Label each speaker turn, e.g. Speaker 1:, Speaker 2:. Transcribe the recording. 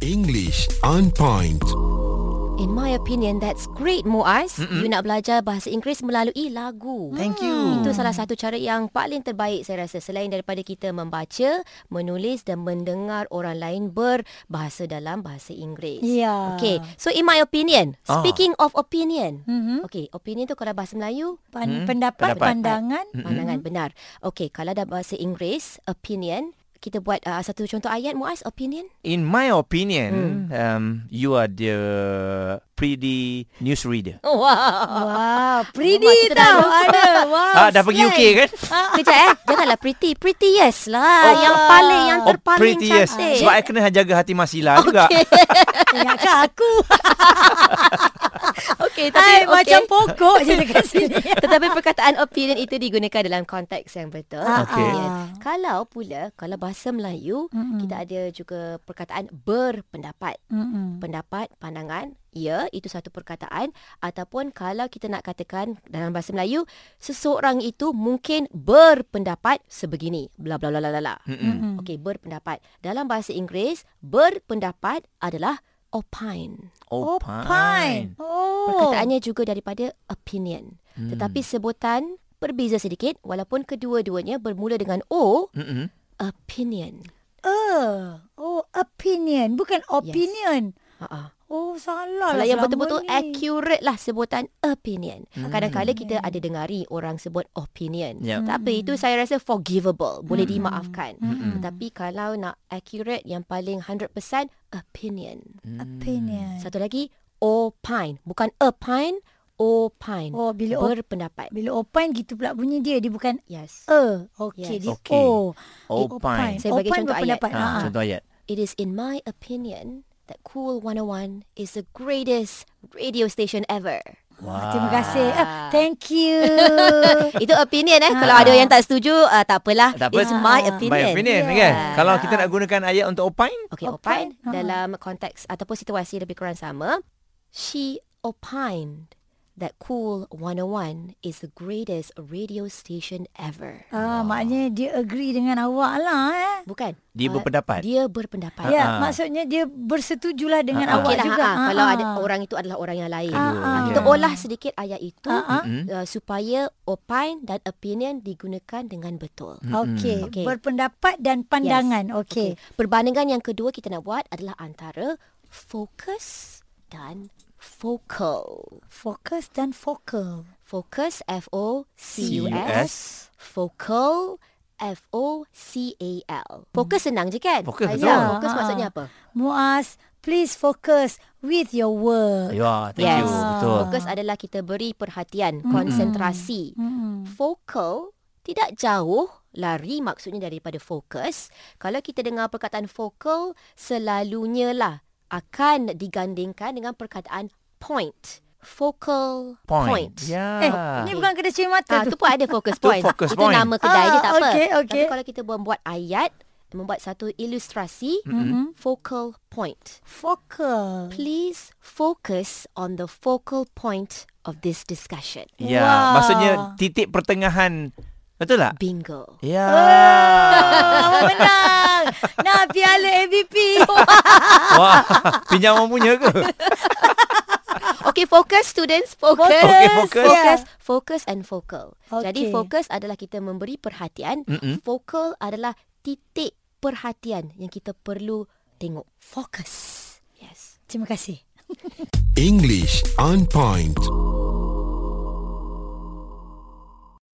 Speaker 1: English on point.
Speaker 2: In my opinion, that's great, Muaz. Mm-mm. You nak belajar bahasa Inggeris melalui lagu.
Speaker 3: Thank you.
Speaker 2: Hmm. Itu salah satu cara yang paling terbaik saya rasa. Selain daripada kita membaca, menulis dan mendengar orang lain berbahasa dalam bahasa Inggeris.
Speaker 4: Ya.
Speaker 2: Okay, so in my opinion,
Speaker 3: Ah.
Speaker 2: speaking of opinion.
Speaker 4: Mhm.
Speaker 2: Okay, opinion tu kalau bahasa Melayu,
Speaker 4: Pan-
Speaker 3: Hmm, pendapat.
Speaker 4: pendapat, pandangan.
Speaker 2: Hmm. pandangan benar. Okey, kalau dalam bahasa Inggeris, opinion, kita buat uh, satu contoh ayat Muaz opinion.
Speaker 3: In my
Speaker 2: Hmm.
Speaker 3: opinion, um, you are the pretty newsreader.
Speaker 2: Oh, wow.
Speaker 4: Wow,
Speaker 2: Rumah
Speaker 4: oh, pretty
Speaker 2: kita dah
Speaker 4: tau
Speaker 2: lupa.
Speaker 4: ada. Wow.
Speaker 2: Oh,
Speaker 3: Ah, dah pergi
Speaker 4: slang.
Speaker 3: UK kan?
Speaker 2: Kejap eh. Janganlah pretty. Prettiest lah. Oh. Yang paling, yang terpaling
Speaker 3: pretty yes.
Speaker 2: cantik.
Speaker 3: Sebab I kena jaga hati Masila okay. juga.
Speaker 4: Ingatkah aku?
Speaker 2: Okey, tapi
Speaker 4: Hai,
Speaker 2: Ah, okay.
Speaker 4: macam pokok je dekat sini.
Speaker 2: Tetapi perkataan opinion itu digunakan dalam konteks yang betul.
Speaker 4: Ah,
Speaker 3: Okey.
Speaker 2: Opinion. Kalau pula, kalau bahasa Melayu,
Speaker 4: Mm-mm.
Speaker 2: kita ada juga perkataan berpendapat.
Speaker 4: Mm-mm.
Speaker 2: pendapat, pandangan, ya, itu satu perkataan ataupun kalau kita nak katakan dalam bahasa Melayu, seseorang itu mungkin berpendapat sebegini, bla bla bla bla bla.
Speaker 3: Mm-mm.
Speaker 4: Mm-mm.
Speaker 2: Okey, berpendapat. Dalam bahasa Inggeris, berpendapat adalah opine.
Speaker 3: Oh,
Speaker 4: Opine. Oh.
Speaker 2: Perkataannya juga daripada opinion.
Speaker 3: Hmm. Mm.
Speaker 2: Tetapi sebutan berbeza sedikit walaupun kedua-duanya bermula dengan o,
Speaker 3: Mm-mm.
Speaker 2: opinion.
Speaker 4: Uh, oh, opinion. Bukan opinion.
Speaker 2: Ha-ha.
Speaker 4: Oh, salah
Speaker 2: Kalau
Speaker 4: lah.
Speaker 2: yang
Speaker 4: selama
Speaker 2: betul-betul
Speaker 4: ni.
Speaker 2: accurate lah sebutan opinion.
Speaker 3: Hmm.
Speaker 2: Kadang-kadang kita ada dengari orang sebut opinion.
Speaker 3: Yep.
Speaker 2: Tapi itu saya rasa forgivable. Boleh
Speaker 4: Mm-mm.
Speaker 2: dimaafkan.
Speaker 4: Mm-mm.
Speaker 2: Tetapi kalau nak accurate yang paling 100% opinion.
Speaker 4: Hmm.
Speaker 3: Mm.
Speaker 4: Opinion.
Speaker 2: Satu lagi opine. Bukan opine, opine.
Speaker 4: Oh, bila op-
Speaker 2: Berpendapat.
Speaker 4: bila opine gitu pula bunyi dia. Dia bukan
Speaker 2: Yes.
Speaker 4: a. Okey,
Speaker 2: Yes.
Speaker 4: dia
Speaker 3: Okey.
Speaker 4: o.
Speaker 3: Opine.
Speaker 2: Saya bagi contoh ayat. Ah,
Speaker 4: berpendapat.
Speaker 3: Ha,
Speaker 4: Ha.
Speaker 3: contoh ayat.
Speaker 2: It is in my opinion that Cool 101 is the greatest radio station ever.
Speaker 3: Wah.
Speaker 4: Terima kasih. Ah, thank you.
Speaker 2: Itu opinion eh. Kalau ada yang tak setuju, uh, tak apalah.
Speaker 3: Tak apa.
Speaker 2: It's my
Speaker 4: Ah.
Speaker 2: opinion.
Speaker 3: By opinion
Speaker 4: Yeah.
Speaker 3: kan? Kalau kita nak gunakan ayat untuk opine,
Speaker 2: Okay, opine,
Speaker 4: Opine, ha.
Speaker 2: dalam konteks ataupun situasi lebih kurang sama. She opined that Cool 101 is the greatest radio station ever.
Speaker 4: ah, maknanya dia agree dengan awak lah eh.
Speaker 2: Bukan.
Speaker 3: dia
Speaker 2: Ah,
Speaker 3: berpendapat.
Speaker 2: Dia berpendapat.
Speaker 4: Ya,
Speaker 3: ah.
Speaker 4: maksudnya dia bersetujulah dengan
Speaker 3: Ah, ah.
Speaker 4: awak
Speaker 2: Okey lah,
Speaker 4: juga.
Speaker 2: ha,
Speaker 4: Ah,
Speaker 2: kalau
Speaker 4: ah.
Speaker 2: ada orang itu adalah orang yang lain.
Speaker 3: Ah, ah.
Speaker 2: Ah, Kita
Speaker 3: Yeah.
Speaker 2: olah sedikit ayat itu
Speaker 4: Ah, ah.
Speaker 3: Mm-mm.
Speaker 2: uh, supaya opine dan opinion digunakan dengan betul.
Speaker 4: Okey,
Speaker 2: Okey.
Speaker 4: berpendapat dan pandangan. Mm. Okey.
Speaker 2: Okay. Perbandingan yang kedua kita nak buat adalah antara fokus dan focal.
Speaker 4: Fokus dan focal.
Speaker 2: Focus F O C U
Speaker 3: C-U-S.
Speaker 2: S. Focal F O C A L. Fokus senang je kan?
Speaker 3: Fokus,
Speaker 2: Aizah, Fokus
Speaker 3: betul.
Speaker 4: Ah, Mm. ah.
Speaker 2: maksudnya apa?
Speaker 4: Muaz, please focus with your work.
Speaker 3: Ya, thank
Speaker 2: Yes.
Speaker 3: you. Betul.
Speaker 2: Fokus adalah kita beri perhatian,
Speaker 4: Mm-hmm.
Speaker 2: konsentrasi.
Speaker 4: Hmm.
Speaker 2: Focal tidak jauh lari maksudnya daripada fokus. Kalau kita dengar perkataan focal, selalunya lah akan digandingkan dengan perkataan point. Focal point.
Speaker 3: Point. Ya.
Speaker 4: Eh, ni bukan kedai curi
Speaker 2: Ah,
Speaker 4: mata tu.
Speaker 2: tu pun ada focus
Speaker 3: Tu
Speaker 2: point.
Speaker 3: focus
Speaker 2: itu
Speaker 3: point.
Speaker 2: nama kedai
Speaker 4: Ah,
Speaker 2: je tak apa.
Speaker 4: okey, okey.
Speaker 2: Tapi kalau kita membuat ayat, membuat satu ilustrasi,
Speaker 4: Mm-mm.
Speaker 2: focal point.
Speaker 4: Focal.
Speaker 2: Please focus on the focal point of this discussion.
Speaker 3: Ya,
Speaker 4: Wah.
Speaker 3: maksudnya titik pertengahan. Betul tak?
Speaker 2: Bingo.
Speaker 3: Ya.
Speaker 2: Ah.
Speaker 4: Awak menang. Nah, piala MVP.
Speaker 3: Wah, pinjam orang punya ke?
Speaker 2: Okay, focus students. Focus.
Speaker 3: Ah. Okey, fokus.
Speaker 2: Focus,
Speaker 4: Ya.
Speaker 2: focus and focal.
Speaker 4: Okey.
Speaker 2: Jadi fokus adalah kita memberi perhatian.
Speaker 3: Mm-mm.
Speaker 2: Focal adalah titik perhatian yang kita perlu tengok. Fokus. Yes.
Speaker 4: Terima kasih.
Speaker 1: English on point.